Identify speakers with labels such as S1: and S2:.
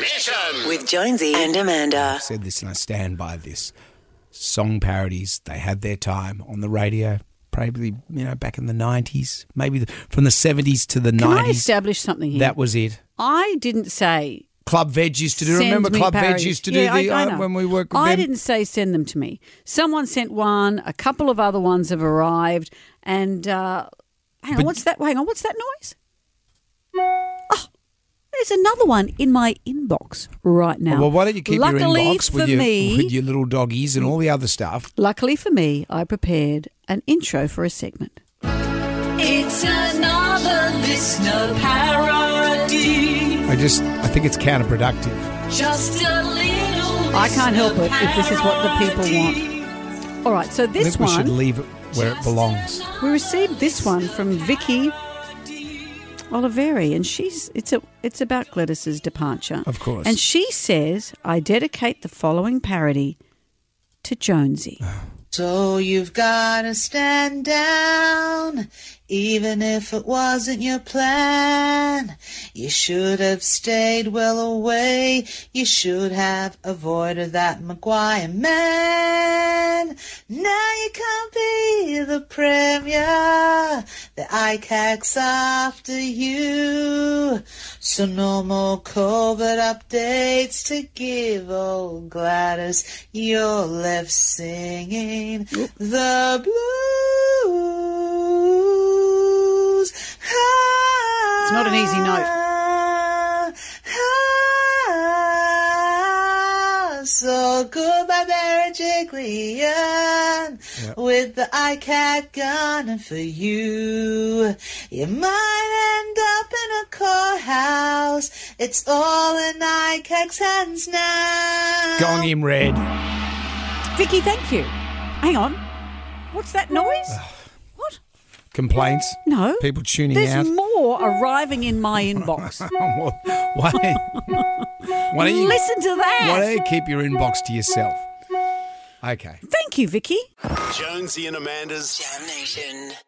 S1: Mission.
S2: with Jonesy and Amanda.
S3: said this and I stand by this. Song parodies, they had their time on the radio, probably, you know, back in the 90s, maybe the, from the 70s to the
S4: Can I
S3: 90s.
S4: establish something here?
S3: that was it.
S4: I didn't say
S3: Club Veg used to do.
S4: send
S3: Remember,
S4: me
S3: Club
S4: parodies.
S3: Veg used to do
S4: Yeah, I-
S3: the
S4: I
S3: uh,
S4: know.
S3: when we worked with
S4: I
S3: them.
S4: didn't say send them to me. Someone sent one. A couple of other ones have arrived. And uh, hang on, what's that? Hang on, what's that noise? Oh, there's another one in my inbox right now.
S3: Well, why don't you keep
S4: Luckily
S3: your inbox
S4: for
S3: with your,
S4: me,
S3: with your little doggies and all the other stuff?
S4: Luckily for me, I prepared an intro for a segment. It's another listener parody.
S3: I just, I think it's counterproductive.
S4: Just a little. I can't help it if this is what the people want. All right, so
S3: I
S4: this
S3: think we should
S4: one
S3: leave it where it belongs.
S4: we received this one from Vicky Oliveri, and she's it's a it's about Gladys's departure,
S3: Of course.
S4: And she says, "I dedicate the following parody to Jonesy."
S5: So you've gotta stand down, even if it wasn't your plan. You should have stayed well away. You should have avoided that Maguire man. Now you can't be the premier. The ICAC's after you. So no more COVID updates to give old Gladys. You're left singing the blues. It's
S4: not an easy note.
S5: So goodbye, Berejiklian, with the ICAT gunning for you. You might end up in a courthouse. It's all in ICAT's hands now.
S3: Gong him red.
S4: Vicky, thank you. Hang on, what's that noise? what?
S3: Complaints.
S4: No,
S3: People tuning
S4: There's
S3: out.
S4: more arriving in my inbox.
S3: Well, why? why don't you
S4: Listen to that.
S3: Why don't you keep your inbox to yourself? Okay.
S4: Thank you, Vicky.
S1: Jonesy and Amanda's
S2: Jam Nation.